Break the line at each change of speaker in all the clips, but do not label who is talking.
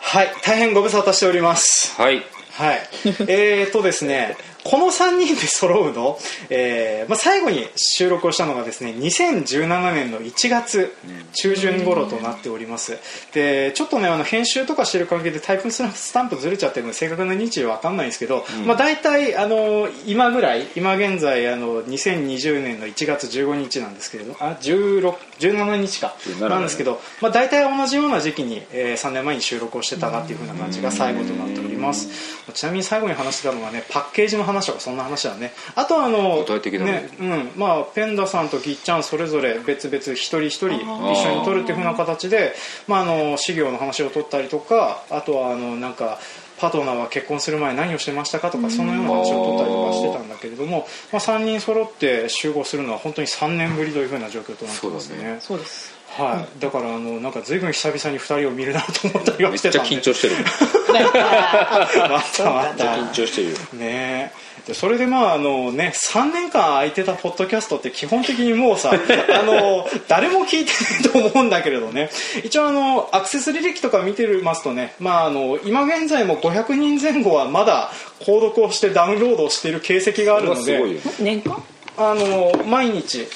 はい大変ご無沙汰しております
はい
はいえー、とですねこの3人で揃うの、えーまあ、最後に収録をしたのがですね2017年の1月中旬頃となっておりますでちょっとねあの編集とかしてる関係でタイプスタンプずれちゃってるので正確な日時は分かんないんですけど、まあ、大体あの今ぐらい今現在あの2020年の1月15日なんですけれどあ16 17日か
17
なんですけど、まあ、大体同じような時期に、え3年前に収録をしてたなっていうふうな感じが最後となっておりますちなみに最後に話してたのがねパッケージの話とかそんな話だねあとはあの
具体的だね
うんまあ、ペンダさんとぎっちゃんそれぞれ別々一人一人一緒に撮るっていうふうな形でまあ、あの修行の話を取ったりとかあとはあのなんかパートナーは結婚する前何をしてましたかとかそのような話を取ったりとかしてたんだけれども、まあ、3人揃って集合するのは本当に3年ぶりというふうな状況となってます
そうだ
ね
ね。
そうです
はい、だからあのなんか随分久々に2人を見るなと思ったり
め
は
っ
し
ちゃ
てたんで
緊張してる
張またまた
緊張してるよ
ねえでそれでまああのね3年間空いてたポッドキャストって基本的にも うさあの誰も聞いてないと思うんだけれどね一応あのアクセス履歴とか見てますとね、まあ、あの今現在も500人前後はまだ購読をしてダウンロードをしている形跡があ
これ
る
は
の
すごい
で
よ
年間
あの毎日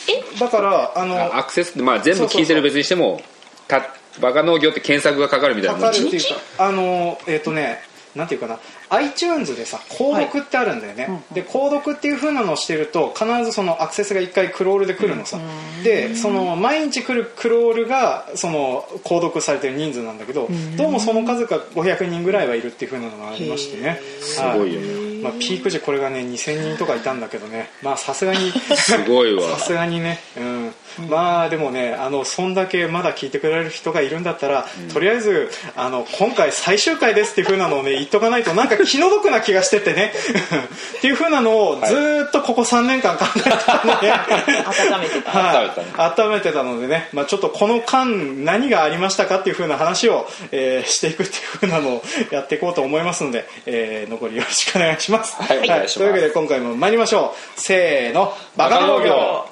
だからあの
アクセスって、まあ、全部聞いてる別にしてもたバカ農業って検索がかかるみたいなもん
かかるっていうかあのえっ、とねなんていうかな iTunes でさ購読ってあるんだよね、で購読っていう風なのをしてると必ずそのアクセスが1回クロールで来るのさ、でその毎日来るクロールがその購読されてる人数なんだけど、どうもその数が500人ぐらいはいるっていう風なのがありましてねす
すごいよね
まあ、ピーク時これがね2000人とかいたんだけどねまあさすが に
すごいわ
さすがにね、うん、まあでもねあのそんだけまだ聞いてくれる人がいるんだったら、とりあえずあの今回最終回ですっていう風なのをね言っとかないとなんか気の毒な気がしててね っていう風なのをずーっとここ3年間考えてたので、
温めてた
はい
温めて
温めてたのでね、まあ、ちょっとこの間何がありましたかっていう風な話を、えーしていくっていう風なのを やっていこうと思いますので、えー残りよろしくお願いします。
はいお願いします
というわけで今回も参りましょうせーのバカ農業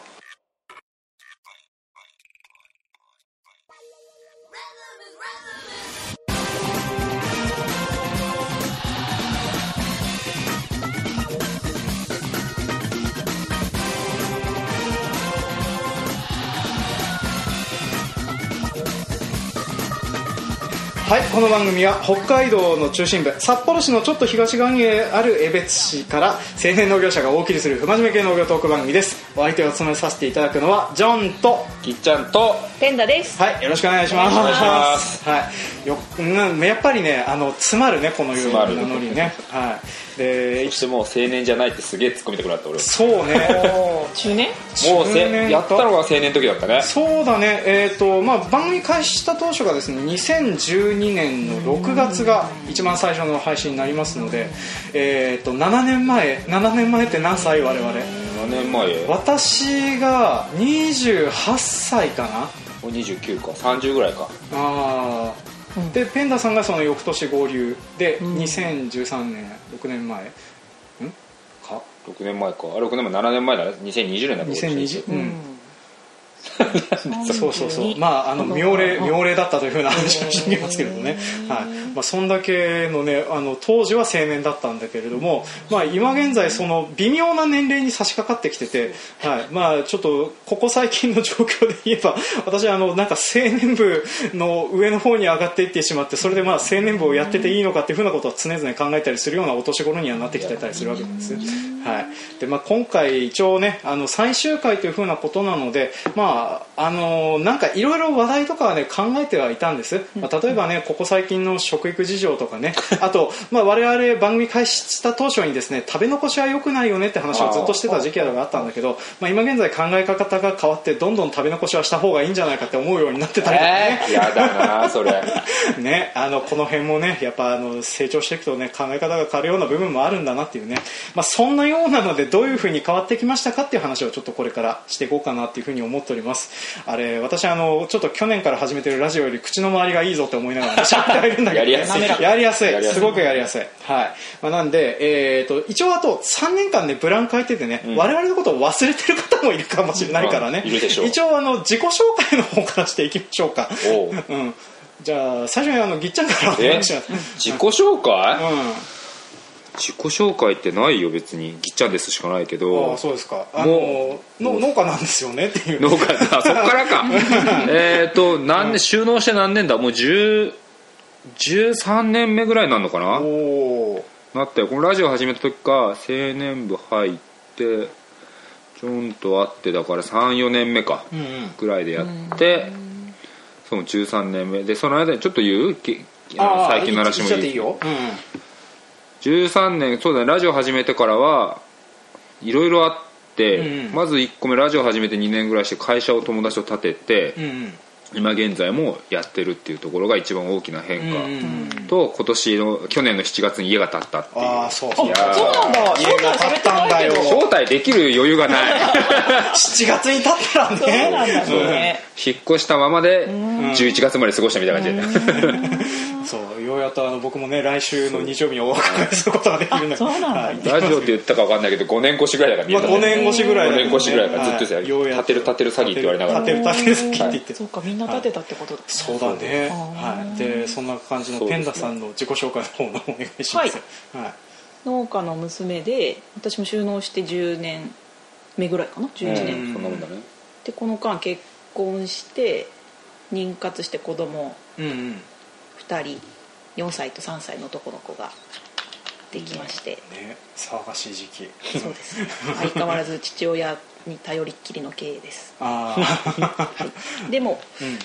はい、この番組は北海道の中心部札幌市のちょっと東側にある江別市から青年農業者がお送りする不真面目系農業トーク番組ですお相手を務めさせていただくのはジョンと
きっちゃんと
ペンダです
はいよろしくお願いします
お願いし
ます
はい、ようんやっぱりねあの詰まるねこのような
詰まる
ノリねはいで
そしてもう青年じゃないってすげえ突っ込みたくなった俺
そうね
おー中年
もう
中年
せ
と
やったのが青年の時だったね
そうだね、えーとまあ、番組開始した当初がですね2012年の6月が一番最初の配信になりますので、えー、と7年前7年前って何歳我々
7年前も
私が28歳かな
う29か30ぐらいか
あー、
うん
でペンダさんがその翌年合流で、
ん
2013年6年前んか
6年前かあ6年前7年前だね2020年だ
2020、うん
うん
そうそうそう
32
まああの妙齢
うん
妙齢だったというふうな話をしてきますけれどね、はいまあ、そんだけのねあの当時は青年だったんだけれども、まあ、今現在その微妙な年齢に差し掛かってきてて、はいまあ、ちょっとここ最近の状況で言えば私あのなんか青年部の上の方に上がっていってしまってそれでまあ青年部をやってていいのかっていうふうなことは常々考えたりするようなお年頃にはなってきてたりするわけなんですね。はいでまあ、今回一応ねあの最終回というふうなことなので、まあ、あのなんかいろいろ話題とかは、ね、考えてはいたんです、まあ、例えばねここ最近の食育事情とかねあと、まあ、我々番組開始した当初にですね食べ残しは良くないよねって話をずっとしてた時期があったんだけど、まあ、今現在考え方が変わってどんどん食べ残しはした方がいいんじゃないかって思うようになってたりとかね。
えー、やだなそれ
ね、あのこの辺もねやっぱあの成長していくとね考え方が変わるような部分もあるんだなっていうね、まあ、そんなようなのでどういうふうに変わってきましたかっていう話をちょっとこれからしていこうかなっていうふうに思っておりますあれ私あのちょっと去年から始めてるラジオより口の周りがいいぞって思いな がら喋ってはいるんだけど、
やりやすい
やりやす
や
い
りやすい
すごくやりやすいはい、まあ、なんで、えー、と一応あと3年間ねブランク空いててね、我々のことを忘れてる方もいるかもしれないからね、
うんいるでしょう
一応あの自己紹介の方からしていきましょうか
おう
うん、じゃあ最初にあのぎっちゃんからお
え
願いします
自己紹介
う
自己紹介ってないよ別にぎっちゃんですしかないけ
ん、あ
ど
あそうですかあの
も
の農家なんですよねっていう
農家だそっか らかえっと何年収納して何年だもう10 13年目ぐらいになるのかな
おお
なったよこのラジオ始めた時か青年部入ってちょんと会ってだから34年目か
うんうん
ぐらいでやってその13年目でその間にちょっと言うけあの最近の話も
いいいいよ、うん、
13年そうだねラジオ始めてからはいろいろあって、
うん
まず1個目ラジオ始めて2年ぐらいして会社を友達と立てて、
うん
今現在もやってるっていうところが一番大きな変化、
うんうん
と今年の去年の7月に家が建ったっていう
ああそうそう
いや
あそうなんだ
家が建ったんだよ
招待できる余裕が ない
7月に経ったらね
そうなんだね
引っ越したままで11月まで過ごしたみたいな感じで、
そうようやっとあの僕もね来週の日曜日にお別れすることができるんだけど
あそうなんだ
はい
ラジオって言ったか分かんないけど5年越しぐらいだからみん
ま
な
あ、
ね
5年越しぐらいだよね、
五年越しぐらいからずっとですよ
はいようや
立てる立てる詐欺って言われながら
立てる立てる詐欺って言って、
そうかみんな立てたってことだ
そうだね
あー
はいでそんな感じの
そうで
ペ
す
ン
ね
ダさんの自己紹介の方のお願いしますはい
農家の娘で私も収納して10年目ぐらいかな
うん
11年
そんなもんだね
でこの間結婚して妊活して子供
うんうんね
2人4歳と3歳の男の子ができまして
騒がしい時期
そうです相変わらず父親に頼りっきりの経営です
ああ
でも
うん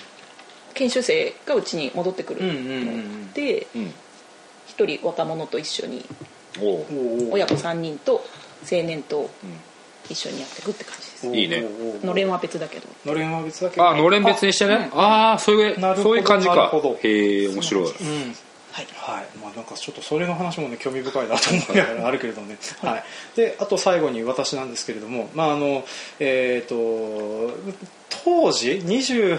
研修生がうちに戻ってくる
うんうんうん
で
うん
一人若者と一緒に
おう
おうおう
親子3人と青年と一緒にやっていくって感じです
いいね
おうおうおう
のれんは別だけど
のれんは別だけど
あのれん別にしてねああそういう
なるほど
そういう感じ
なる
か
ほど
へえ面白い
あうん
はい
はいまあ、なんかちょっとそれの話も、ね、興味深いなと思いながらあるけれどね、はい、であと最後に私なんですけれども、まああのえー、と当時28、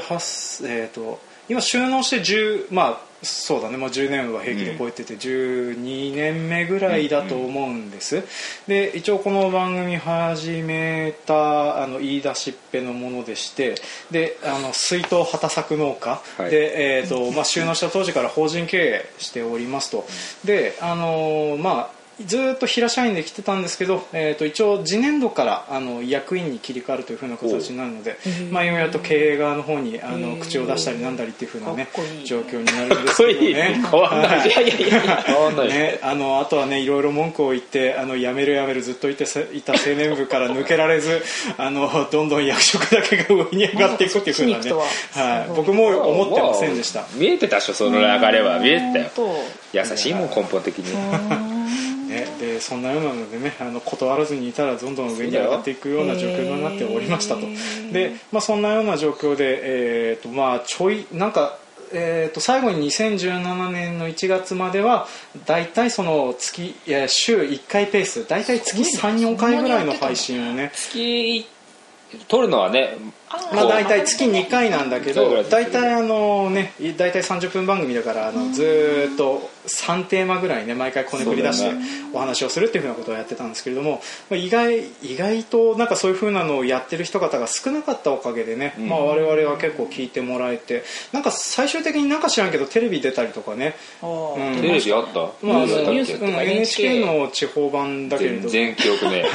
えー、と今収納して10、まあそうだねまあ、10年は平気で超えてて12年目ぐらいだと思うんです、で一応この番組始めたあの言い出しっぺのものでしてであの水筒畑作農家
はい
で、えーとまあ、収納した当時から法人経営しておりますとで、あのーまあずーっと平社員で来てたんですけど、えー、と一応次年度からあの役員に切り替わるというふうな形になるので
おう
まあ、ようやっと経営側の方にあ
へ
の
ー
口を出したりなんだりっていうふうな、ね
かっこいい
状況になるんですけどね。
かっこいい変わんない
はい
いやいやいや
変わんない
ね、あのあとはねいろいろ文句を言ってあの辞める辞めるずっといてせいた青年部から抜けられずあのどんどん役職だけが上に上がっていくっていうふうな
ま
ね、
だそっちに行くとは
はい、僕も思ってませんでした
わ、あ見えてたっしょその流れは見えてたよ
本
優しいもん根本的に
ね、でそんなようなのでねあの断らずにいたらどんどん上に上がっていくような状況になっておりましたと
へー
で、まあ、そんなような状況で、えーとまあ、ちょいなんか、えー、と最後に2017年の1月までは大体その月いや週1回ペース大体月
すごいね
34回ぐらいの配信をね
月撮るのはね
当ー
まあ、
こう
大体月2回なんだけ
そうぐら
ど
い
大
ですけど
体あのねい大体30分番組だからあのずーっと3テーマぐらいね毎回こねくり出し
そ
て
うだね
お話をするっていうふうなことをやってたんですけれどもまあ意外意外となんかそういうふうなのをやってる人方が少なかったおかげでね、まあ、我々は結構聞いてもらえてなんか最終的になんか知らんけどテレビ出たりとかね、
当
うん
テレビあった
まああの
ニュースだっけ
ニュース
うん NHK の地方版だけれ
全
ど
然記憶ね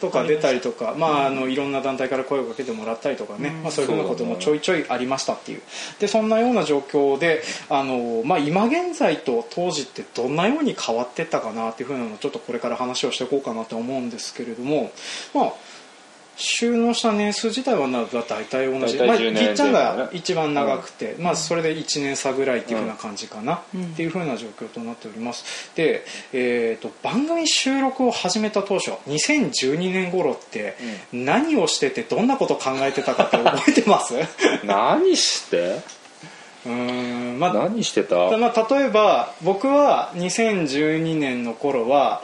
とか出たりとか、まあ、あのいろんな団体から声をかけてもらったりとかね、まあ、そういうふうなこともちょいちょいありましたっていうでそんなような状況であの、まあ、今現在と当時ってどんなように変わってったかなっていうふうなのをちょっとこれから話をしていこうかなと思うんですけれどもまあ収納した年数自体はな大体同じ、
大体
まあ、ぎ
10年
っちゃん
前後
が
ね
一番長くて、まあ、それで1年差ぐらいっていうふうな感じかな、っていうふうな状況となっておりますで、えー、と番組収録を始めた当初2012年頃って何をしててどんなこと考えてたかって覚えてます う
何して
ーんまあ
何してた
まあ、例えば僕は2012年の頃は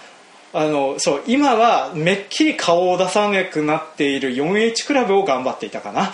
あのそう今はめっきり顔を出さなくなっている 4H クラブを頑張っていたかな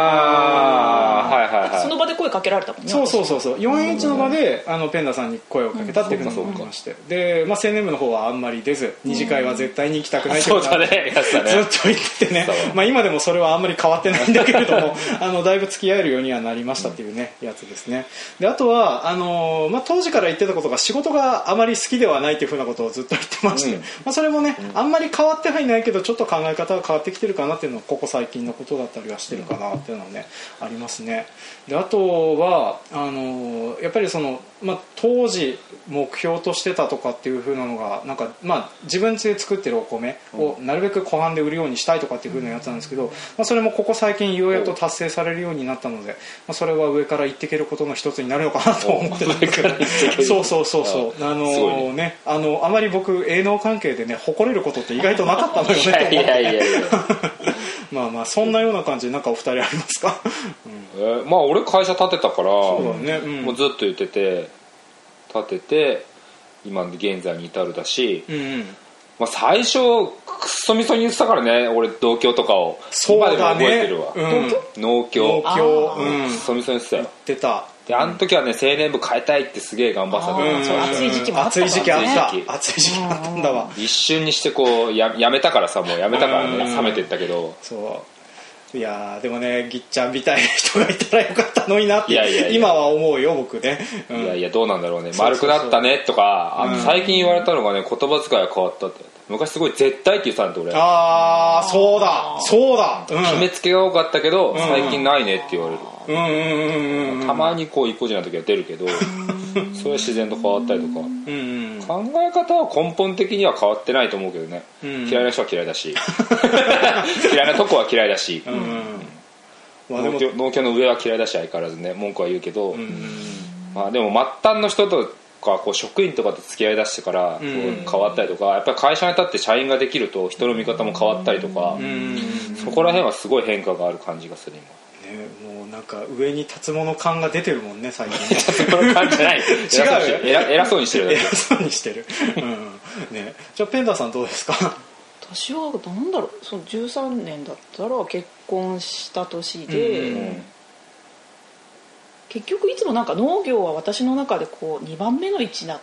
ああはいはいはい
その場で声かけられたもんね
そうそううそうそう4H の場であのペンダさんに声をかけたっていうふうに思いまして、で、まあ、青年部の方はあんまり出ず二次会は絶対に行きたくないって
そ
こ
う
とが
だねやつ だ
ずっ
ね
と言ってね、まあ、今でもそれはあんまり変わってないんだけれどもあのだいぶ付き合えるようにはなりましたっていうねやつですねであとはあのー、まあ、当時から言ってたことが仕事があまり好きではないっていうふうなことをずっと言ってまして、
うん
まあ、それもね、あんまり変わってはいないけどちょっと考え方が変わってきてるかなっていうのはここ最近のことだったりはしてるかなっていうのはね、ありますねであとはあのーやっぱりその、まあ、当時目標としてたとかっていう風なのがなんか、まあ、自分家で作ってるお米をなるべく湖畔で売るようにしたいとかっていう風なやつなんですけど、まあ、それもここ最近ようやく達成されるようになったので、まあ、それは上から言っていけることの一つになるのかなと思ってたんですけど、そうそうそうそうあの
すごいね
ーねあのあまり僕営農関係でね誇れることって意外となかったのよね
いやいやいやいや
まあまあそんなような感じでなんかお二人ありますかうん
えーまあ俺会社建てたから
そうだねうん
もうずっと言ってて建てて今現在に至るだし、
うんうん
まあ、最初くっそみそに言ってたからね俺同居とかを
そうだね
今でも覚えてるわ、
うん
農協
農協
あー
うん
くっそみそに言ってたよ
出た
であの時はね青年部変えたいってすげえ頑張ってた
あ
の
ー
よ
ん
そう暑い時期もあったから
暑
ね
い時期あった
暑
暑い時期あったんだわ
一瞬にしてこうややめたからさもうやめたからね
うん
冷めてったけど
そういやーでもねぎっちゃんみたいな人がいたらよかったのになって
いやいやいや
今は思うよ僕ね、うん
いやいやどうなんだろう
そ
ね
うそう
丸
そう
くなったねとかあ
うん
の最近言われたのがね言葉遣いが変わったって昔すごい絶対って言ってたんで俺
ああそうだそうだ、うん、
決めつけが多かったけど最近ないねって言われる
うんうんうんうんうん
たまにこう意固地な時は出るけどそれは自然と変わったりと
う
か
んうん
考え方は根本的には変わってないと思うけどね
うん
嫌いな人は嫌いだし嫌いなとこは嫌いだし
うんうんまあで
農
も
協農協の上は嫌いだし相変わらずね文句は言うけど、
うん
まあ、でも末端の人とかこう職員とかと付き合いだしてからこう変わったりとか、やっぱり会社に立って社員ができると人の見方も変わったりとか、
うん
そこら辺はすごい変化がある感じがする今。
ねもうなんか上に立つもの感が出てるもんね最 近
その感じない偉そうにして偉偉そうにしてるだ
偉
け
そうにしてる、うんね、じゃあペンダーさんどうですか
私は何だろうその13年だったら結婚した年で、
うん
結局いつもなんか農業は私の中でこう2番目の位置だっ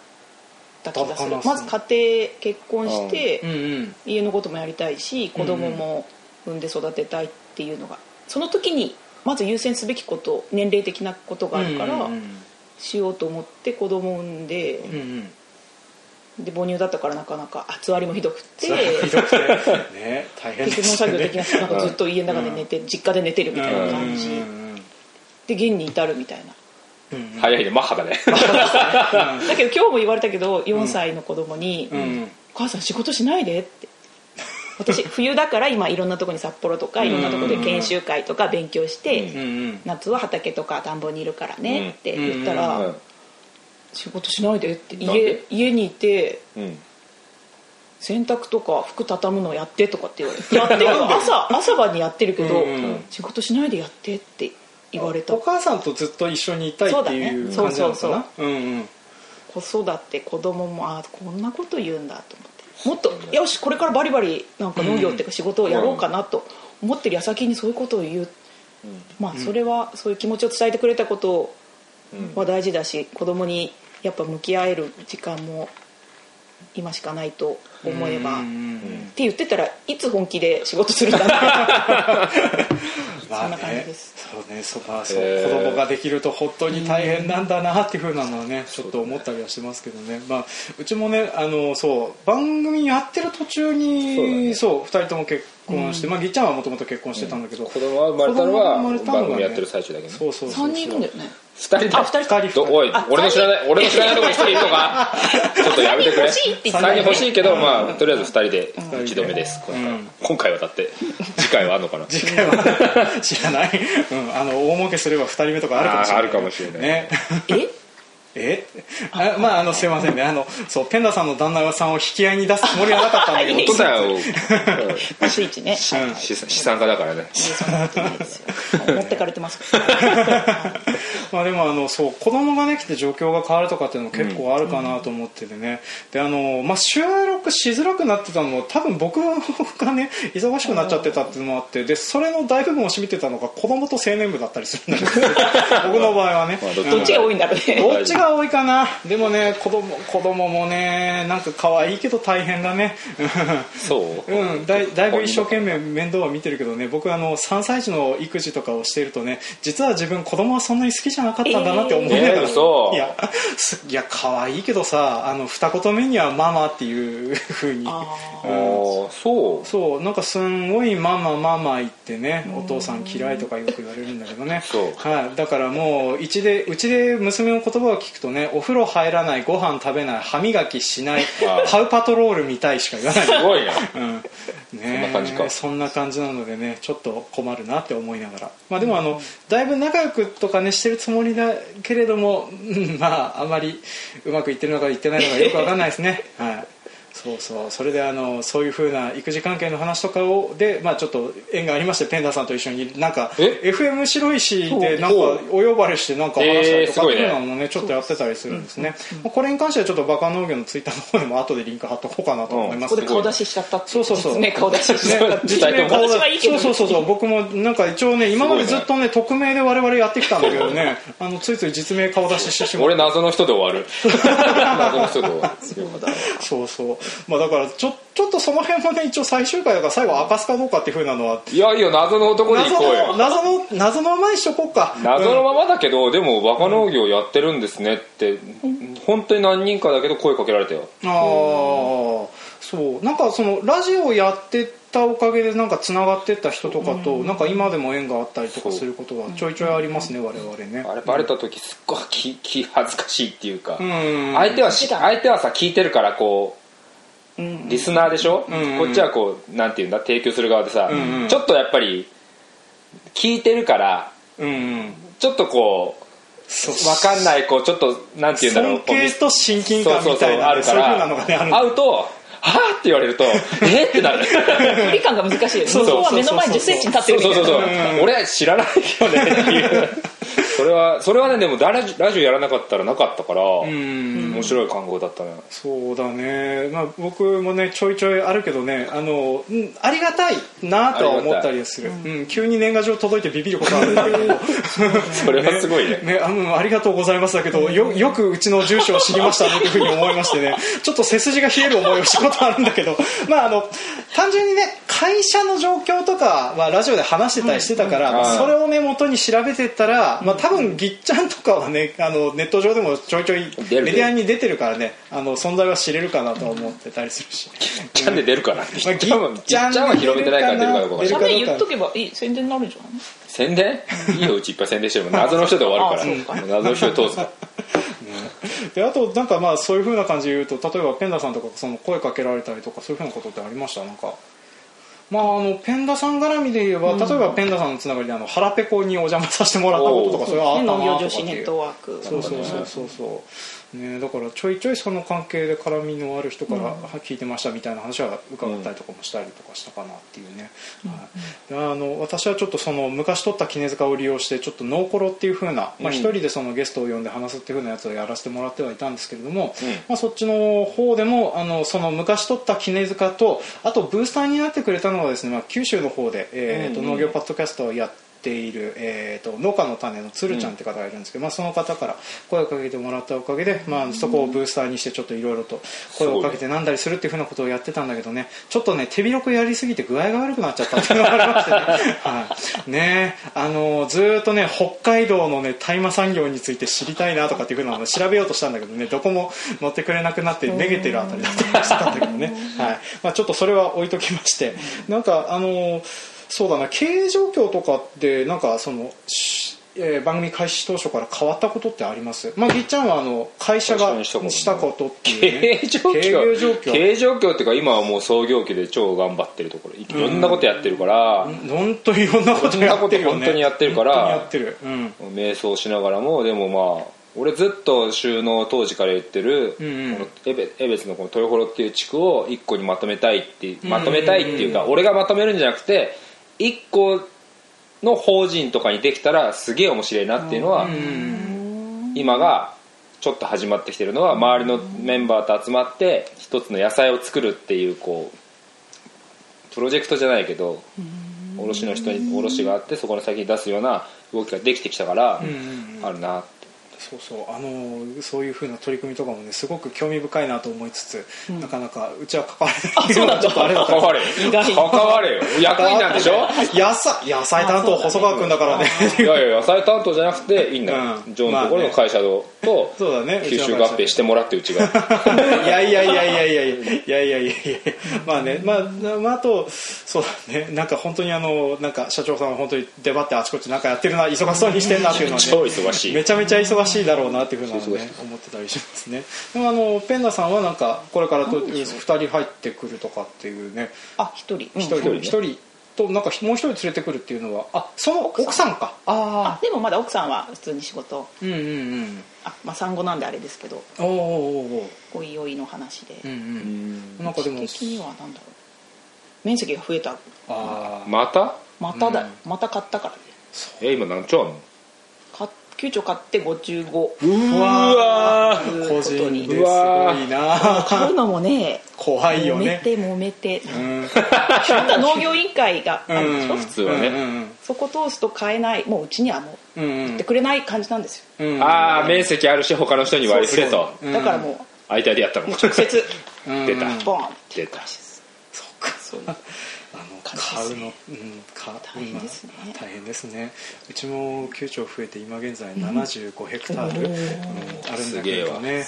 た気がする
だから
まず家庭結婚して、
んうん
家のこともやりたいし子供も産んで育てたいっていうのが、その時にまず優先すべきこと年齢的なことがあるから、
うん
しようと思って子供を産んで、
うんうん
で母乳だったからなかなか厚割りもひどくって
ひどくて ね大変
結
で
局農
す
作業で
ね
きなくてなんかずっと家の中で寝て、実家で寝てるみたいな感じ、で現に至るみたいな
うん
早いねマッハだね
だけど今日も言われたけど4歳の子供に、
うんうん
お母さん仕事しないで」って私冬だから今いろんなとこに札幌とかいろんなとこで研修会とか勉強して、
うんうん
夏は畑とか田んぼにいるからねって言ったら「
うん
仕事しないで」って
なん
家
で
家にいて
うん
洗濯とか服畳むのやってとかって言われてやってるの朝朝晩にやってるけど、
うんうん
仕事しないでやってって言われた
お母さんとずっと一緒にいたいっていう
そうだ
感
ね
じなのか
そう
なうんうん
子育て子供もああこんなこと言うんだと思ってもっとよしこれからバリバリなんか農業っていうか仕事をやろうかなと思ってる矢先にそういうことを言う、まあそれはそういう気持ちを伝えてくれたこと
うん
は大事だし子供にやっぱ向き合える時間も今しかないと思えば、
うん
っ
うんうん
て言ってたらいつ本気で仕事するんだ な
まあね
そんな感じです
そうねそうまあそう、
えー
子供ができると本当に大変なんだなっていうふうなのはねちょっと思ったりはしますけどねまあうちもねあのそう番組やってる途中
そうだね
にそう,、二人とも結婚して、まあぎっちゃんはもともと結婚してたんだけど、
子供が生まれたの
子供
は
が生まれたのがね
番組やってる最中だけどね
そうそうそう
3人いる んだよね
2人だ
あ二人
か
どおい
あ
俺の知らない俺の知らないとこに1人いるのかちょっとやめてくれ
三人欲しいって言ってた
3
ね
人欲しいけどまあとりあえず2人で打ち止めです今
う
回
ん
今回はだって次回はあんのかな
次回は知らない、うん、あの大儲けすれば二人目とかあるかもしれない
あーあるかもしれない
ね
え
えあまああのすいませんねあのそうペンダさんの旦那さんを引き合いに出すつもりはなかったんだけど
本当だよ
パスイ チね
資資産家だからね
そんなことないですよ持ってかれてます
まあでもあのそう子供ができて状況が変わるとかっていうのも結構あるかなと思っててね、であの、まあ、収録しづらくなってたのも多分僕がね忙しくなっちゃってたっていうのもあってでそれの大部分を占めてたのが子供と青年部だったりするんだけど 僕の場合はね、
まあどっちも
どっちが多いんだろうね
どっちが多いかなでもね子供子供もねなんか可愛いけど大変だね
そう
うんだいだいぶ一生懸命面倒は見てるけどね僕あの3歳児の育児とかをしているとね実は自分子供はそんなに好きじゃなかったんだなって思いながら、
えー嘘
いやすいや可愛いけどさあの二言目には「ママ」っていう風に
あ
あーそう
そうなんかすんごい「ママママ」言ってね「お父さん嫌い」とかよく言われるんだけどね
そう
はい、だからもううちでうちで娘の言葉を聞くとねお風呂入らないご飯食べない歯磨きしない
あー
パウパトロール見たいしか言わない
すごいね
うんねえ
そんな感じか
そんな感じなのでねちょっと困るなって思いながら、まあ、でもあの、だいぶ仲良くとかねしてるつもりだけれども、 うんまああまりうまくいってるのかいってないのかよくわかんないですねはいそうそうそれであのそういうふうな育児関係の話とかをで、まあ、ちょっと縁がありましてペンダさんと一緒になんか
え
FM 白石でなんか
ほ
お呼ばれしてなんか話したりとか
えーす
っ
ごい
て
ね
いうのもねちょっとやってたりするんですね、まあこれに関してはちょっとバカ農業のツイッターの方でも後でリンク貼っとこうかなと思います
ここ
け
で
ど、
顔出ししちゃったって
そうそうそう
実名顔出ししちゃった
ね
っ、て
実名顔出し
私はいいけどね
そうそうそうそう僕もなんか一応ね今までずっとね匿名で我々やってきたんだけどね あのついつい実名顔出ししてしまう
俺謎の人で終わる謎の人で終わ
そうだ
そうそうまあだからちょちょっとその辺もね一応最終回だから最後明かすかどうかっていうふうなのは
るいやいや謎の男に行
謎
こ
の
うよ
謎の謎のままにしとこうか
謎のままだけど、でもバカ農業やってるんですねって、本当に何人かだけど声かけられたよ
ああそうなんかそのラジオやってたおかげでなんかつながってった人とかとなんか今でも縁があったりとかすることはちょいちょいありますね我々ね
あれバレた時すっごい気気恥ずかしいっていうか、
うん
相手はし相手はさ聞いてるからこう、リスナーでしょ、
んうん
こっちはこうなんていうんだ提供する側でさ、
んうん
ちょっとやっぱり聞いてるから
うんうん
ちょっとこう
そう
分かんないこうちょっとなんていうんだろう
尊敬
こう
と親
み
近
そう
感み
そうそう
たい
あ
な
る
ね
か
そういうふうな
ら
のがねある
会うと「はあ?」って言われ ると「えっ?」てなる
距離感が難しいよね
そ
向
うそう
こうは目の前1 0ンチに立ってるみ
そ
た
う
い
そうそう、
な
うん
俺知らないよねっていうそれはそれはねでもラジラジオやらなかったらなかったから、
うん
面白い看護だったね
そうだね、まあ、僕もねちょいちょいあるけどねあの、うん、ありがたいなとは思ったりする、うん、急に年賀状届いてビビることあるんだけど
それはすごいね
ねあのありがとうございますだけどよよくうちの住所を知りましたねというふうに思いましてねちょっと背筋が冷える思いをしたことあるんだけど、まあ、あの単純にね会社の状況とかはラジオで話してたりしてたから、
うんうん
それをね元に調べてったら、まあ、多分ぎっちゃんとかはねあのネット上でもちょいちょい
出る
メディアに出てるからねあの存在は知れるかなとは思ってたりするし。
ちゃんで出る かなって、
まあ
ちゃんは
ぎっ
ち
ち
ゃ
ゃん
んは広めてないから出るかどうかわかんない
出る
社名言っとけばいい宣伝になるんじゃない
宣伝いいようちいっぱい宣伝してるもん謎の人で終わる
あそう
か
から
もう謎の人で通す から
であとなんかまあそういうふうな感じで言うと例えばペンダさんとかその声かけられたりとかそういうふうなことってありましたなんかまああのペンダさん絡みで言えば、例えばペンダさんのつながりであの腹ペコにお邪魔させてもらったこととかそれはあったな
農
と
業女
か
子
って
ネ
い
ッ
う
トワーク
そうそうそうそうそう、ね、だからちょいちょいその関係で絡みのある人からは聞いてましたみたいな話は伺ったりとかもしたりとかしたかなっていうね、はい、であの私はちょっとその昔取った絹塚を利用してちょっとノーコロっていう風なま
うん
あ、一人でそのゲストを呼んで話すっていう風なやつをやらせてもらってはいたんですけれども、
うん
まあ、そっちの方でもあのその昔取った絹塚とあとブースターになってくれたのはですね、まあ、九州の方で、えーと
うんうん
農業パッドキャストをやって。いる、えー、と農家の種の鶴ちゃんって方がいるんですけど、まあ、その方から声をかけてもらったおかげで、まあ、そこをブースターにしてちょっといろいろと声をかけてなんだりするっていうふうなことをやってたんだけどねちょっとね手広くやりすぎて具合が悪くなっちゃったっていうのがありましてね,はい、ねあのずーっとね北海道のね大麻産業について知りたいなとかっていうふうなのを調べようとしたんだけどねどこも乗ってくれなくなってめげてるあたりだったりしてたんだけどね、はいまあ、ちょっとそれは置いときましてなんかあのそうだな経営状況とかってなんかそのしえー番組開始当初から変わったことってありますまあぎっちゃんはあの会社
会社
が
にした
した
こと
ことっていう、ね、
経営状況
経営状況
経営状況っていうか今はもう創業期で超頑張ってるところいろんなことやってるから、
本当にいろんなこと
いろんな
や
こ
っ
と
てるよね
本当にやってるから
本当にやってるうん
瞑想しながらもでもまあ俺ずっと収納当時から言ってる、
うんうん
このエベ江別のこの豊幌っていう地区を一個にまとめたいってまとめたいっていうか、俺がまとめるんじゃなくて一個の法人とかにできたらすげえ面白いなっていうのは、今がちょっと始まってきてるのは周りのメンバーと集まって一つの野菜を作るっていうこうプロジェクトじゃないけど卸の人に卸があってそこの先に出すような動きができてきたから
うんうんうん
あるなって
そうそうあのそういうふうな取り組みとかもねすごく興味深いなと思いつつ、なかなかうちは関われない
あそうなんだ
ちょっとあれだった
関
んです
われ
意外
関われよ役員なんでしょ
けど野菜野菜担当細川君だからね
いやいや野菜担当じゃなくていいんだよ、
うん
ジョンのところの会社と
そうだね
吸収合併してもらってうちが
いやいやいやいやいやいやいやいやいやいやまあねまあ、まあ、あとそうだねなんか本当にあのなんか社長さんは本当に出張ってあちこちなんかやってるな忙しそうにしてんなっていうのはね
超忙しい
めちゃめちゃ忙しいだろうなっていうふうなのは
そうそう
ね思ってたりしますねでもあのペンダさんはなんかこれからと2人入ってくるとかっていうね
あ一人、う
1
ん
人
ね
一人となんかもう一人連れてくるっていうのはあその奥さんか
あ
ああ
でもまだ奥さんは普通に仕事
うんうんうん
あ、まあ、産後なんであれですけど
おーおーおーお
おいおいの話で、
ーうん
う
うん
ん
なんかでも
私的には何だろう面積が増えた
ああ
また
まただ、
うん
また買ったからね
え今何丁あんの
か9丁買って55
う
わ
ー
ー
個人ですご
うわ
いな
買うのもね
怖いよ
揉め
ね
て揉めて
うん
なんか農業委員会があるでしょ、
うん
普通はね
うん
そこ通すと買えないもううちにはもう
うんうん
売ってくれない感じなんですよ、
うんうん
ああ面積あるし他の人に割り振れと
うん
だからもう
相手でやったの
もう直接
うん
出た
ボーンって
出た
そっか
そういう
あの
感
買う
じ
の、
です
うん
ね、
か
大変ですね
まあ大変ですねうちも9兆増えて今現在75ヘクタール、うんあるんだけれどね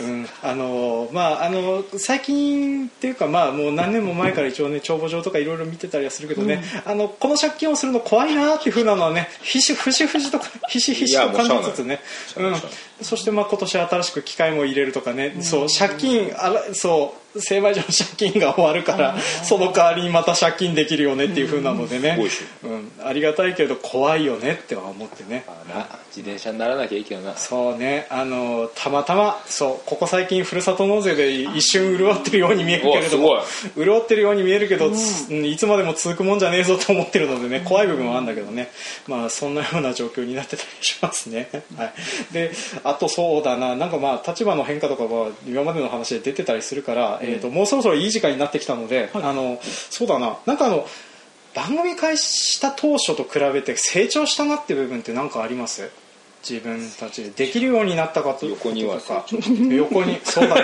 うん、あのまああの最近っていうかまあもう何年も前から一応ね帳簿上とかいろいろ見てたりはするけどね、あのこの借金をするの怖いなっていうふうなのはねひしふしふしとひしひしと感じつつね
いやもうしゃあないしゃあないしゃあない
うん、そしてまあ今年新しく機械も入れるとかね、そう借金あらそう成敗所の借金が終わるから、その代わりにまた借金できるよねっていうふうなのでね
うん、す
うんありがたいけど怖いよねっては思ってね
自転車にならなきゃいいけどな
そうねあのたまたまそうここ最近ふるさと納税で一瞬潤ってるように見えるけれど
う
も
わ
潤ってるように見えるけど、つうんいつまでも続くもんじゃねえぞと思ってるのでね怖い部分はあるんだけどね、まあそんなような状況になってたりしますね、はい、であとそうだななんかまあ立場の変化とかは今までの話で出てたりするから、えー、ともうそろそろいい時間になってきたので、あのそうだななんかあの番組開始した当初と比べて成長したなって部分って何かあります自分たちでできるようになったかと
横には成
横にそうだ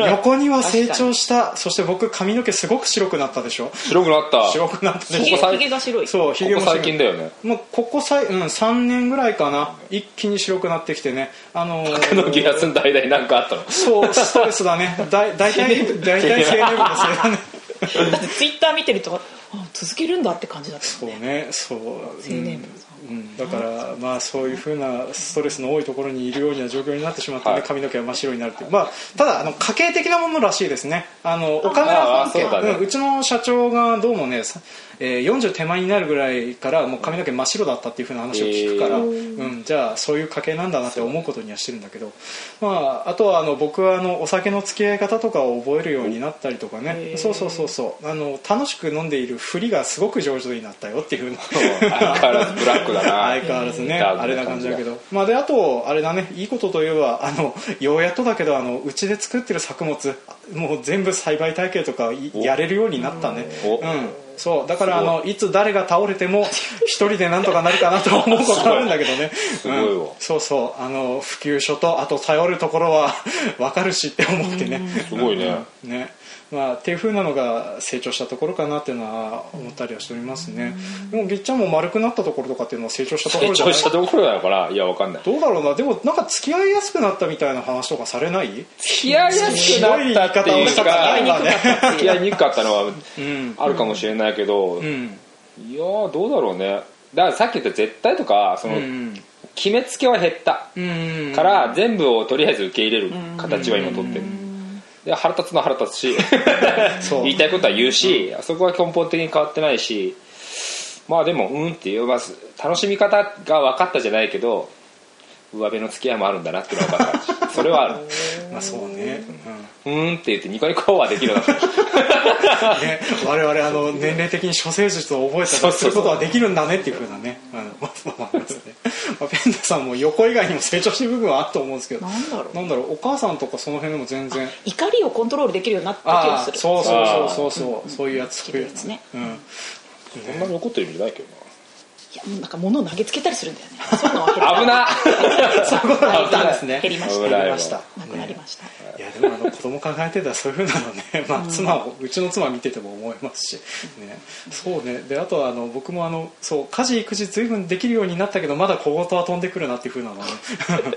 ね横には成長したそして僕髪の毛すごく白くなったでしょ
白くなった
白くなったで
ひ
しょ
げ
ここ最
ひげが白い
そうひげ
こ
も
こ
白
最
い
近だよね
もうここさい、うん、3年ぐらいかな一気に白くなってきてねあのー
手のギアスの代々なんかあったの
そうストレスだねだい大体大 体青年部のせいだね
だってツイッター見てるとあ続けるんだって感じだった
そうねそう青
年部
うん、だからまあそういうふうなストレスの多いところにいるような状況になってしまってね、
はい
髪の毛は真っ白になるっていう、まあ、ただあの家系的なものらしいですねあの岡
あ
村
あ
さん
そうだね
うんうちの社長がどうもね、さえー40手前になるぐらいからもう髪の毛真っ白だったっていうふうな話を聞くから、
へ
うん、じゃあそういう家系なんだなって思うことにはしてるんだけど、まあ、あとはあの僕はあのお酒の付き合い方とかを覚えるようになったりとか
へ
ね
ー
そうそうそうそうあの楽しく飲んでいるふりがすごく上手になったよっていうのを
相変わらずブラックだな
相変わらずね、
うん
あれな感じだけど、まあ、であとあれだねいいことといえばあの ようやっとだけどあのうちで作ってる作物もう全部栽培体系とかい
お
やれるようになったね
お
うんそうだからあのいつ誰が倒れても一人でなんとかなるかなと思うことあるんだけどねす
ごいわ
そうそうあの普及書とあと頼るところは 分かるしって思ってね
すごいね
ねまあ、っていう風なのが成長したところかなっていうのは思ったりはしておりますね、でもぎっちゃんも丸くなったところとかっていうのは成長したとこ
成
ろじゃな
長
い
したところなのかないやわかんない
どうだろうなでもなんか付き合いやすくなったみたいな話とかされない
付き合いやすくなったってい
ひどい言い方を
う
したから
か
今ね
付き合いにくかったのは
うん
あるかもしれないけど、
う
い
ん
やーどうだろうねだからさっき言った絶対とかその、
うん
決めつけは減った
うん
から全部をとりあえず受け入れる形は今取ってるで腹立つのは腹立つし
そう
言いたいことは言うしあそこは根本的に変わってないしまあでもうんっていうまず楽しみ方が分かったじゃないけど上辺の付き合いもあるんだなっていうのは分かったしそれはある
まあそうね、うん
うーんって言ってニコニコはできるな
ね、我々あの年齢的に処世術を覚えた
そう
りす
そうそ
るこ
う
とはできるんだねっていうふうなねあのまあまあありますね、まあ、ペンダさんも横以外にも成長してる部分はあると思うんですけど
なんだろう
なんだろうお母さんとかその辺でも全然
怒りをコントロールできるようになった気が
あ
す
あ
る
そうそうそうそうそう、そういうやつ
好
そ
き
う
だ
いう
よ
やつ
ね
うん
そんなに怒ってる意味ないけど
いやもうなんか物を投げつけたりするんだよねそういうのは減
な
り
危な
そういうことがあったんですね
減りました
危な
減
い
りました
なくなりました、
いやでもあの子供考えてたらそういうふうなのね、 まあ、妻をうちの妻見てても思いますし、ね、そうねであとはあの僕もあのそう家事育児随分できるようになったけどまだ小言は飛んでくるなっていうふうなのはね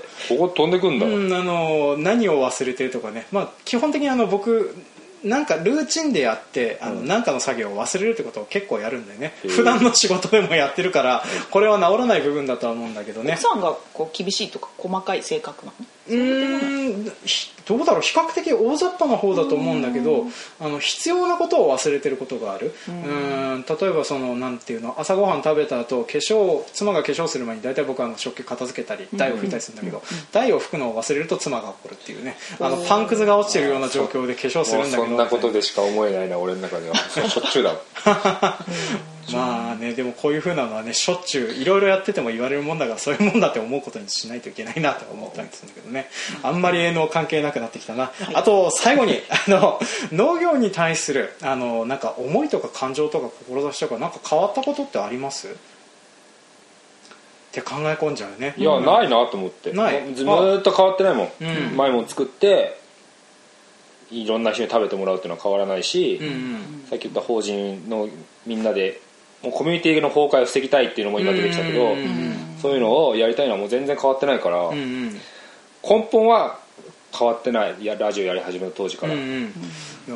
ここ飛んでくんだ、
うん、 あの何を忘れてとかね、まあ、基本的にあの僕なんかルーチンでやってあの、
うん
なんかの作業を忘れるってことを結構やるんでね
へえ
普段の仕事でもやってるからこれは治らない部分だとは思うんだけどね
奥さんがこう厳しいとか細かい性格なの
うーんひどうだろう比較的大雑把な方だと思うんだけどあの必要なことを忘れてることがあるう
うん
ーん例えばそのなんていうの朝ごはん食べた後化粧妻が化粧する前に大体僕はあの食器片付けたり台を拭いたりするんだけど台を拭くのを忘れると妻が怒るっていうねあの
おー
パンくずが落ちてるような状況で化粧す
も
る
うん
だけど
そんなことでしか思えないな俺の中で はしょっちゅうだわ
まあねでもこういうふうなのはねしょっちゅういろいろやってても言われるもんだから そういうもんだって思うことにしないといけないなと思ったんですけどねあんまり営農関係なくなってきたな、あと最後にあの農業に対するあのなんか思いとか感情とか志とかなんか変わったことってありますって考え込んじゃうね
いや、ないなと思って
ない
ずずーっと変わってないもん、
うん
前も作っていろんな人に食べてもらうっていうのは変わらないし、
うんうん
さっき言った法人のみんなでもうコミュニティの崩壊を防ぎたいっていうのも今出てきたけど、
うんうん
そういうのをやりたいのはもう全然変わってないから、
うんうん
根本は変わってないいやラジオやり始めた当時から、
うんうん、い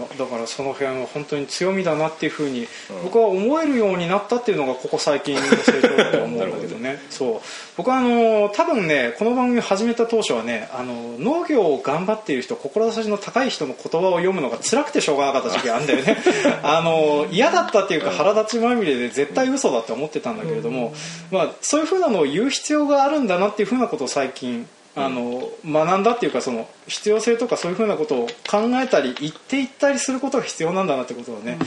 やだからその辺は本当に強みだなっていうふうに
うん
僕は思えるようになったっていうのがここ最近の成長だと思うんだけ どねそう僕はあの多分ねこの番組始めた当初はねあの農業を頑張っている人志の高い人の言葉を読むのが辛くてしょうがなかった時期があるんだよ ねあの嫌だったっていうか腹立ちまみれで絶対嘘だって思ってたんだけれども、まあ、そういうふうなのを言う必要があるんだなっていうふうなことを最近あの学んだっていうかその必要性とかそういうふうなことを考えたり言っていったりすることが必要なんだなってことをね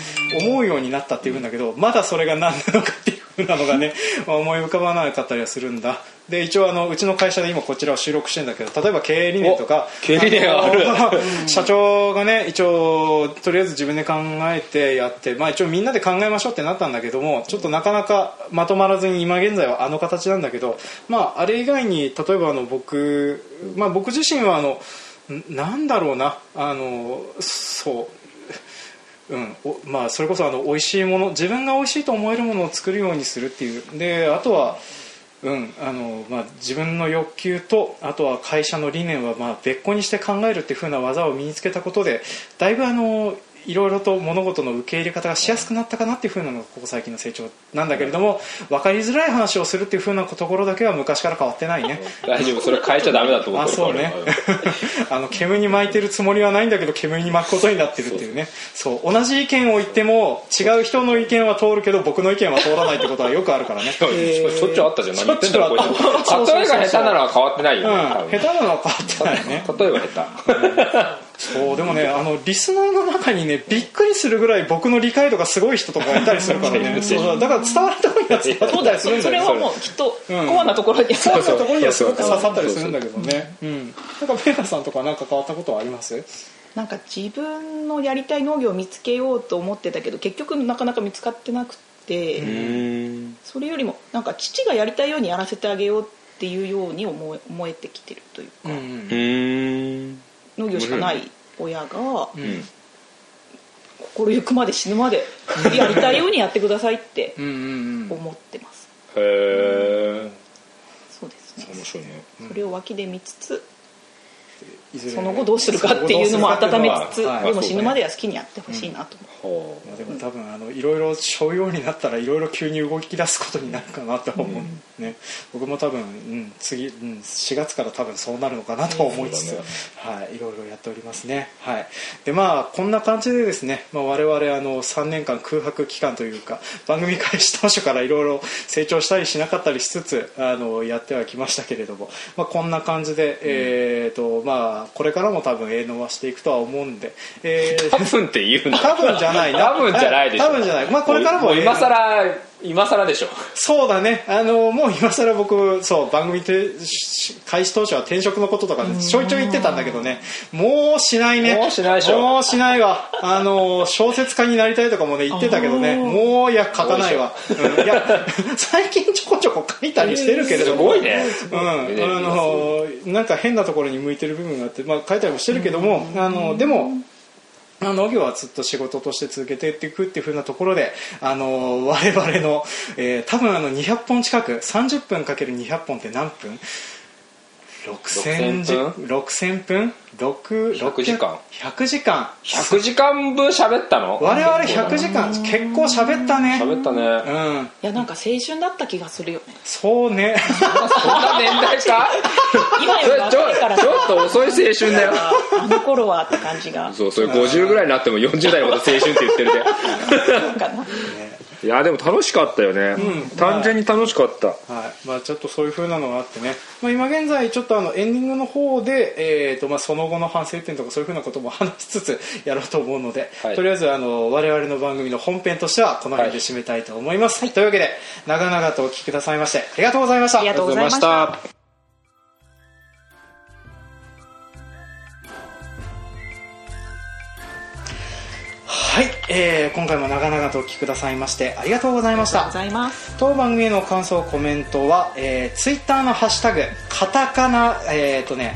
思うようになったっていうんだけどまだそれが何なのかっていうふうなのがねまあ思い浮かばなかったりはするんだで一応あのうちの会社で今こちらを収録してんだけど例えば経営理念とか
お経営理念ある
の 社長がね一応とりあえず自分で考えてやって、まあ、一応みんなで考えましょうってなったんだけどもちょっとなかなかまとまらずに今現在はあの形なんだけど、まあ、あれ以外に例えばあの僕、まあ、僕自身はあのんなんだろうなあのそううんおまあ、それこそあの美味しいもの自分が美味しいと思えるものを作るようにするっていうであとは、うんあのまあ、自分の欲求とあとは会社の理念はまあ別個にして考えるっていう風な技を身につけたことでだいぶあのいろいろと物事の受け入れ方がしやすくなったかなっていう風なのがここ最近の成長なんだけれども分かりづらい話をするっていう風なところだけは昔から変わってないね。
大丈夫それ変えちゃダメだと思
あ
ってる
そう ねあの煙に巻いてるつもりはないんだけど煙に巻くことになってるっていうねそう同じ意見を言っても違う人の意見は通るけど僕の意見は通らないってことはよくあるからね
俺はしょっちゅうあったじゃん何言ってんだろこい
しょっちゅうあっ
つ
た
例えが下手なのは変わってないよね、多
うん下
分
手なのは変わってないね
例えば下手
そうでもねあのリスナーの中にねびっくりするぐらい僕の理解度がすごい人とかいたりするから
い
ね
る
そうだから伝わるところには伝わ
そう
った
だ
りするんだ
よそれ
よ
はもうきっと
うん
コアなところに
そうそうところにはすごく
そう
刺
そう
さったりするんだけどねうんなんかペーターさんとかなんか変わったことはあります
なんか自分のやりたい農業を見つけようと思ってたけど結局なかなか見つかってなくて、
うん
それよりもなんか父がやりたいようにやらせてあげようっていうように思え思えてきてるというか、
うん
うん
農業しかない親が
うん
心ゆくまで死ぬ までやりたいようにやってくださいって
うんうんうん
思ってます
へえ
そうですね
面白いね
それを脇で見つつ
いずれ
その後どうするかっていうのも
その後どうす
温め
るかっ
つ
て
つ、
いうのははい
で
まあ
も
そう
死
ね
ぬまでは好きにやってほしいなと思
ほ
まあでも多分あのいろいろしょうようになったらいろいろ急に動き出すことになるかなとは思う、ね僕も多分、うん、次、うん、4月から多分そうなるのかなとは思いつつ、
うんそう
はい、いろいろやっておりますねはいでまあこんな感じでですね、まあ、我々あの3年間空白期間というか番組開始当初からいろいろ成長したりしなかったりしつつあのやってはきましたけれども、まあ、こんな感じで、えーとまあ、これからも多分営農はしていくとは思うんで、えー
う多分って言うな
多分じゃないな
多分じゃないでしょ
多分じゃないまあこれからも
う今更今更でしょ
そうだねあのもう今更僕そう番組てし開始当初は転職のこととかでちょいちょい言ってたんだけどねもうしないね
もうしないでしょ
もうしないわあの小説家になりたいとかもね言ってたけどね
あー
もういや書かないわ、うんいや最近ちょこちょこ書いたりしてるけれ
す
ども
ごいね
うん、あのなんか変なところに向いてる部分があって、まあ、書いたりもしてるけども、あのでも。まあ農業はずっと仕事として続けていくっていう風なところで、あの我々の、えー多分あの200本近く30分かける2 0 0本って何分6000
6000
時
分
6000分6
100時間
100時間
100時間分喋ったの
我々100時間結構喋ったね
喋った
う
ね
ん
ういやなんか青春だった気がするよ ね
そうね
そんな年代か
今
そ
より
れちょ
若いから
ちょっと遅い青春だよ
あの頃はって感じが
そうそれ50ぐらいになっても40代のこと青春って言ってる
なんかな
でいやでも楽しかったよね、
うん
単純に楽しかった
はいまあ、ちょっとそういう風なのがあってね、まあ、今現在ちょっとあのエンディングの方で、えーとまあ、その後の反省点とかそういう風なことも話しつつ やろうと思うので、
はい
とりあえずあの我々の番組の本編としてはこの辺で締めたいと思います、というわけで長々とお聞きくださいましてありがとうございました
ありがとうございまし
ありがとうござい
た
ました
はい、えー今回も長々とお聞きくださいましてありがとうございまし
ありがとう
た
ございます
当番組への感想コメントは、えー、ツイッターのハッシュタグカタカナえっ、とね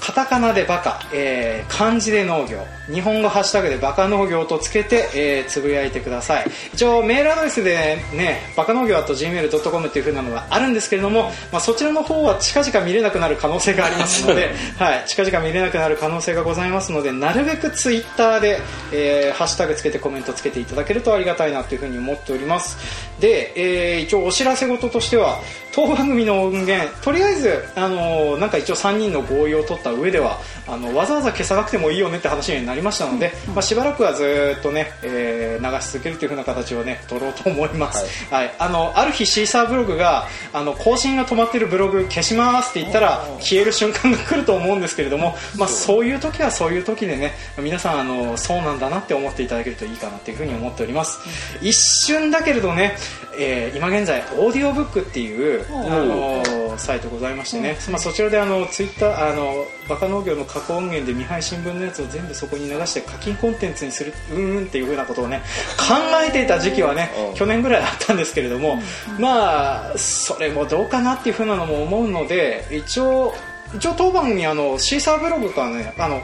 カタカナでバカ、えー漢字で農業日本語ハッシュタグでバカ農業とつけて、えーつぶやいてください一応メールアドレスでねバカ農業 .gmail.com っていう風なのがあるんですけれども、まあ、そちらの方は近々見れなくなる可能性がありますので、はい、近々見れなくなる可能性がございますのでなるべくツイッターで、えーハッシュタグつけてコメントつけていただけるとありがたいなというふうに思っておりますで、えー一応お知らせ事としては当番組の音源とりあえず、あのーなんか一応3人の合意を取った上ではあのわざわざ消さなくてもいいよねって話になりましたので、まあ、しばらくはずーっとね、えー流し続けるというふうな形をね取ろうと思います、はいあのある日シーサーブログがあの更新が止まってるブログ消しますって言ったら消える瞬間が来ると思うんですけれども、まあ、そういう時はそういう時でね皆さんあのそうなんだなって思っていただけるといいかなっていうふうに思っております、一瞬だけれどね、えー今現在オーディオブックっていう、
うん
あのサイトございましてね、まあ、そちらであのツイッターあのバカ農業の過去音源で未配信分のやつを全部そこに流して課金コンテンツにするうんうんっていうふうなことをね考えていた時期はね
うん
去年ぐらいあったんですけれども、まあそれもどうかなっていうふうなのも思うので一応一応当番にあのシーサーブログからねあの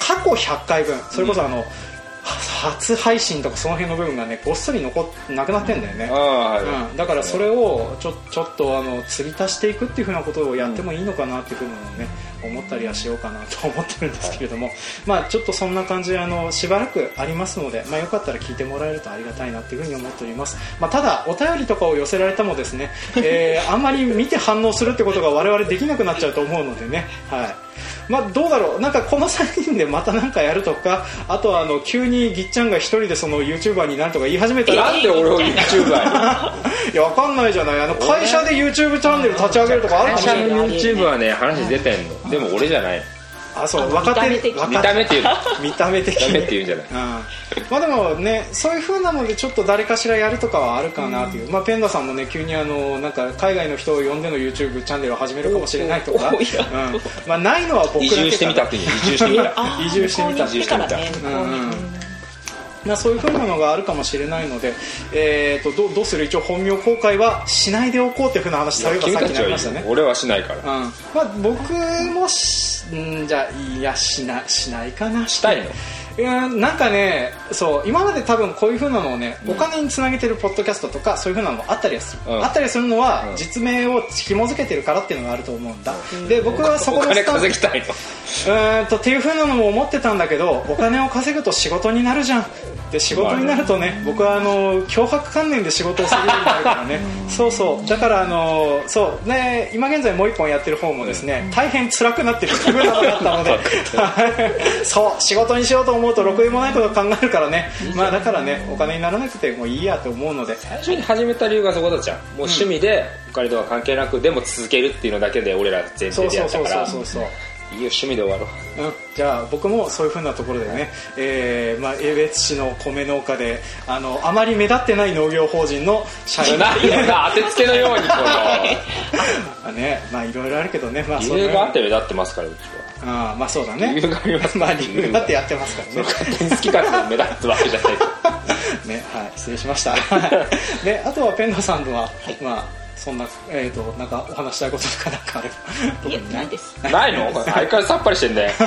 過去100回分それこそあの、初配信とかその辺の部分がねごっそり残っなくなってんだよね、
ああはい
うん、だからそれをちょちょっとあの釣り足していくっていうふうなことをやってもいいのかなっていうふうなのをね思ったりはしようかなと思ってるんですけれども、まあちょっとそんな感じであのしばらくありますので、まあ、よかったら聞いてもらえるとありがたいなっていうふうに思っております、まあ、ただお便りとかを寄せられたもですね、え ーあんまり見て反応するってことが我々できなくなっちゃうと思うのでねはいまあ、どうだろうなんかこの3人でまたなんかやるとかあとはあの急にぎっちゃんが一人でその YouTuber になるとか言い始めたら
なんで俺を YouTuber
いやわかんないじゃないあの会社で YouTube チャンネル立ち上げるとかあるかも
会
しれ
社
ない
の YouTube はね話出てんのでも俺じゃない
あそう
の
若手
見た目的に
若手
見た目っていうの
見た目的
ダメって
に
言うんじゃない
うん、まあでもねそういう風なのでちょっと誰かしらやるとかはあるかなという、まあペンダさんもね急にあのなんか海外の人を呼んでの YouTube チャンネルを始めるかもしれないとか、う
お
ん
おいや
まあ、ないのは僕だけ
移
かな
住してみたっていう移住してみた
あー
移住してみた
向こうに行ってからね
移
住してみた
向こうに
うんうんまあ、そういうふうなのがあるかもしれないので、えー、とどうどうする一応本名公開はしないでおこうというふうな話されば
君
さったきに
ち
な
は
り
い
ました
い
ね
よ俺はしないから
うんまあ、僕もしんじゃあいやしなしないかな
したいの
いやなんかねそう今まで多分こういうふうなのをね、
うん
お金につなげてるポッドキャストとかそういうふうなのもあったりはする、
うん
あったりするのは、
うん
実名を紐づけてるからっていうのがあると思うんだ、で僕はそ
お
この
金
スタンス
稼ぎたいと
うーんとっていうふうなのも思ってたんだけどお金を稼ぐと仕事になるじゃんで仕事になるとね僕はあの脅迫観念で仕事をするようになるからねそうそうだからあのそうね今現在もう一本やってる方もですね大変辛くなってる気分なのだったので はいそう仕事にしようと思うとろくでもないことを考えるからねまあだからねお金にならなくてもいいやと思うので
最初に始めた理由がそこだじゃんもう趣味でお金とは関係なくでも続けるっていうのだけで俺ら前
そ
提
う
で
そ
や
う
った
そう
か
そ
ら
うそうそう
いいよ趣味で終わろう
うん、じゃあ僕もそういうふうなところでね、えーまあ、江別市の米農家であのあまり目立ってない農業法人の社員
ないよな当てつけのように こ
が ねまあいろいろあるけどね、まあ、
の理由があってて目立ってますからうち
ああまあそうだ
は理
ね
由がありま す
まあ理由があってやってますからね
勝手に好き勝手に目立つわけじゃな い
ねはい失礼しましたであとはペンダさんとは、まあそんなえっ、となんかお話したいこととかなんかあれば
い
特
や
に
ないです
ないの 相変わらずさっぱりしてんだよ
はい、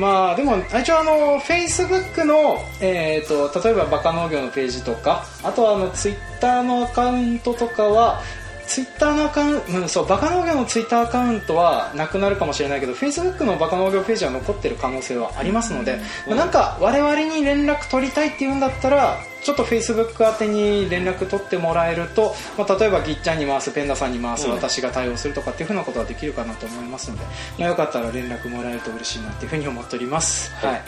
まあでも一応あのフェイスブックの、えー、と例えばバカ農業のページとかあとはあのツイッターのアカウントとかはツイッターのアカウント、うん、そうバカ農業のツイッターアカウントはなくなるかもしれないけどフェイスブックのバカ農業ページは残ってる可能性はありますので、まあなんか我々に連絡取りたいっていうんだったらちょっとフェイスブック宛てに連絡取ってもらえると、まあ、例えばぎっちゃんに回すペンダさんに回す
うん
私が対応するとかっていうふうなことはできるかなと思いますので、まあ、よかったら連絡もらえると嬉しいなっていうふうに思っております、
はい
は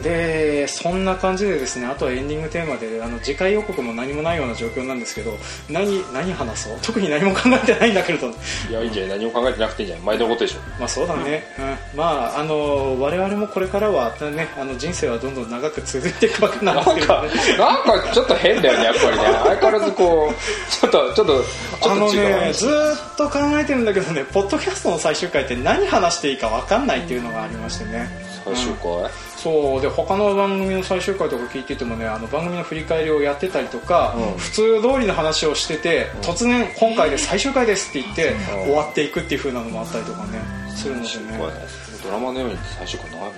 い、でそんな感じでですねあとはエンディングテーマであの次回予告も何もないような状況なんですけど何何話そう特に何も考えてないんだけれど
いやいいんじゃない何も考えてなくていいんじゃない毎度のことでしょ
まあそうだね、うんまああの我々もこれからは、ね、あの人生はどんどん長く続いていくわけなん
な
で
ん
すけど、
か
ね、
なんかちょっと変だよねやっぱりね相変わらずこうちょっとちょっとち
あ
ょっ
の
と違う
ね
話
ずーっと考えてるんだけどねポッドキャストの最終回って何話していいか分かんないっていうのがありましてね
最終回
そうで他の番組の最終回とか聞いててもねあの番組の振り返りをやってたりとか、
うん
普通通りの話をしてて、突然今回で最終回ですって言って、
うん
終わっていくっていう風なのもあったりとかねするので
最終
ね
回ねドラマのように最終回ないもん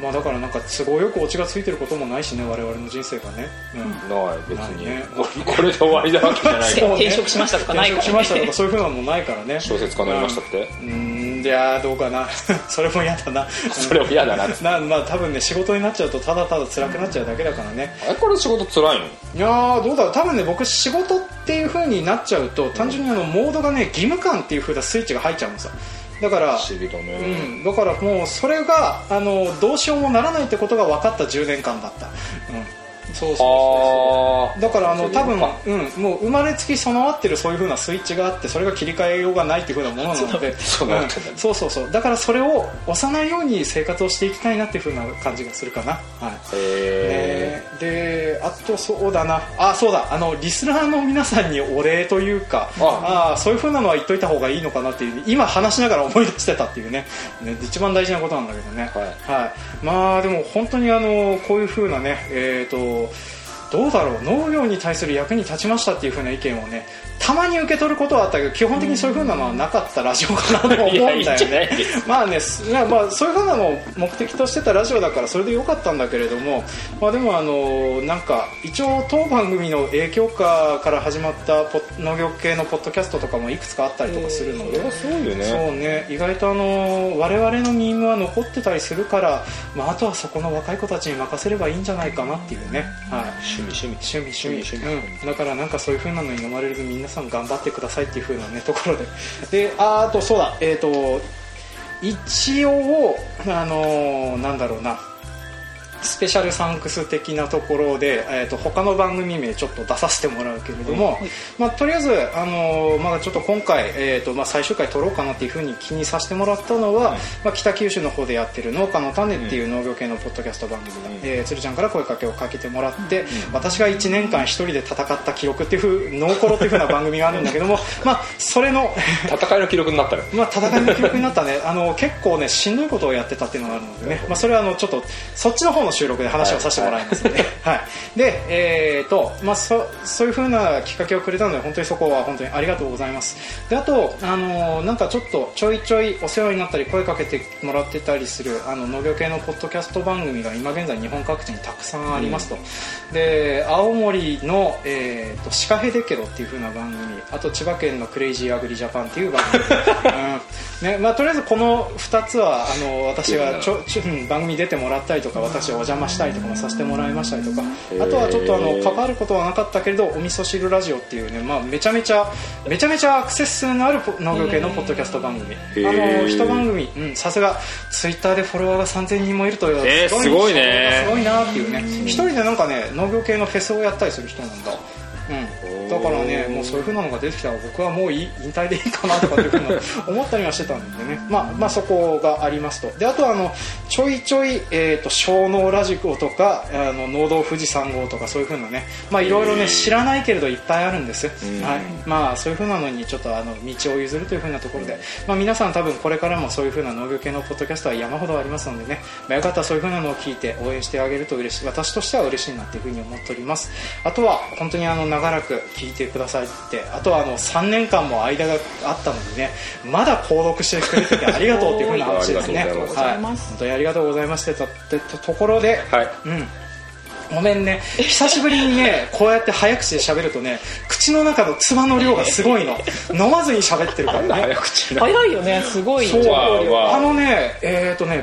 まあだからなんか都合よくオチがついてることもないしね我々の人生がね、うん
ない別に、
ないね
これで終わりなわけじゃ ないから
そうね
転職しましたとかない
転
からね
職しましたとか そういうふうなのもないからね
小説家になりましたって、
うんうんいやーどうかな それも嫌だな
それも嫌だなって
なまあ多分ね仕事になっちゃうとただただ辛くなっちゃうだけだからね
あれから仕事辛いの
いやーどうだろう多分ね僕仕事っていう風になっちゃうと単純にあのモードがね義務感っていう風なスイッチが入っちゃうんですよだから
不思議だ
う
ね、
ん、だからもうそれがあのどうしようもならないってことが分かった10年間だった、うん、そうそうそうそう
ああ
だからあの多分、
そういうこ
うん、もう生まれつき備わってるそういう風なスイッチがあってそれが切り替えようがないっていう風なものなので
そうなってんだ
うんそうそうそうだからそれを押さないように生活をしていきたいなっていう風な感じがするかな、はい
へ
ねであとそうだなあそうだあのリスナーの皆さんにお礼というかあ
あ
あそういうふうなのは言っといた方がいいのかなっていう今話しながら思い出してたっていうねね一番大事なことなんだけどね、
はい
まあでも本当にあのこういうふうなねえっ、とどうだろう農業に対する役に立ちましたっていうふうな意見をねたまに受け取ることはあったけど基本的にそういうふうなのはなかったラジオかなと思うん
い
だ
や
よ
いい
ね
んじゃないで す
まあね、すいやまあ、そういうふうなのを目的としてたラジオだからそれでよかったんだけれども、まあ、でもあのなんか一応当番組の影響下から始まったポッ農業系のポッドキャストとかもいくつかあったりとかするの
そ
で
れ。はすごいよね
そうね意外とあの我々のミームは残ってたりするから、まあ、あとはそこの若い子たちに任せればいいんじゃないかなっていうね、はい、
趣味趣
趣
味
味趣味
趣味
うん、だからなんかそういう風なのに飲まれる皆さん頑張ってくださいっていう風なねところで であーあとそうだえっ、と一応あのーなんだろうなスペシャルサンクス的なところで、えー、と他の番組名ちょっと出させてもらうけれども、
はい
まあ、とりあえず、あのーまあ、ちょっと今回、えーとまあ、最終回撮ろうかなっていうふうに気にさせてもらったのは、
はい
まあ、北九州の方でやってる「農家の種」っていう農業系のポッドキャスト番組だ、
うん
えー鶴ちゃんから声かけをかけてもらって、私が1年間一人で戦った記録っていうふう「ノーコロ」っていうふうな番組があるんだけども、まあ、それの
戦いの記録になったら
まあ、戦いの記憶になったねあの結構ねしんどいことをやってたっていうのがあるのでね、まあ、それはあのちょっとそっちの方のの収録で話をさせてもらいますので、 はいで、えーとまあ、そそういうふうなきっかけをくれたので本当にそこは本当にありがとうございますであと、あのーなんかちょっとちょいちょいお世話になったり声かけてもらってたりするあの農業系のポッドキャスト番組が今現在日本各地にたくさんありますと、で青森の、えーと「シカヘデケロ」っていう風な番組あと千葉県の「クレイジーアグリジャパン」っていう番 組、うんねまあ、とりあえずこの2つはあの私がちょちょうん番組に出てもらったりとか私お邪魔したりとかもさせてもらいましたりとかあとはちょっとあの関わることはなかったけれどお味噌汁ラジオっていうね、まあ、めちゃめちゃめちゃめちゃアクセス数のあるポ農業系のポッドキャスト番組あの一番組、うん、さすがツイッターでフォロワーが3000人もいるという
えーすごいね
すごいなっていうね一人でなんかね農業系のフェスをやったりする人なんだうん、だからねもうそういう風なのが出てきたら僕はもういい引退でいいかなとかっていうふうな思ったりはしてたんでね、まあ、まあそこがありますとであとはあのちょいちょい、えー、と小脳ラジコとかあの農道富士山号とかそういう風なねまあいろいろね知らないけれどいっぱいあるんです、はいまあ、そういう風なのにちょっとあの道を譲るという風なところで、まあ、皆さん多分これからもそういう風な農業系のポッドキャストは山ほどありますのでね、まあ、よかったらそういう風なのを聞いて応援してあげると嬉しい私としては嬉しいなっていう風に思っておりますあとは本当にあの長らく聞いてくださいってあとはあの3年間も間があったのでねまだ購読してくれててありがとうっていう風な話ですね
ありがとうご
ざい
は
ま
い、
す
本当にありがとうございましたってところで、
はい
うんごめんね久しぶりにねこうやって早口で喋るとね口の中のつまの量がすごいの飲まずに喋ってるからね
早口な
早いよねすごい
そう
わあわあ
あのねえっ、とね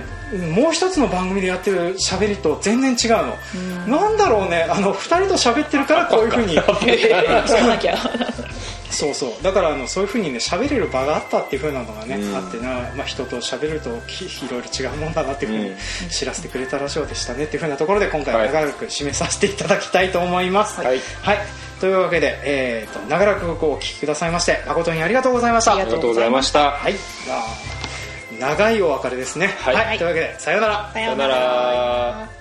もう一つの番組でやってる喋りと全然違うの、なんだろうねあの2人と喋ってるからこういうふうに
そうなきゃ
そうそうだからあのそういうふうにね喋れる場があったっていうふうなのがね、
うん
あってな、まあ、人と喋るときいろいろ違うもんだなっていうふう
う
に
ん
知らせてくれたラジオでしたねっていうふうなところで今回
はい
長らく締めさせていただきたいと思います
はい
というわけで、えー、と長らくお聞きくださいまして誠にありがとうございました
あり
ありがとうございました
はい、じゃあ長いお別れですね。
はい
はい、というわけでさようなら。
さ
さよなら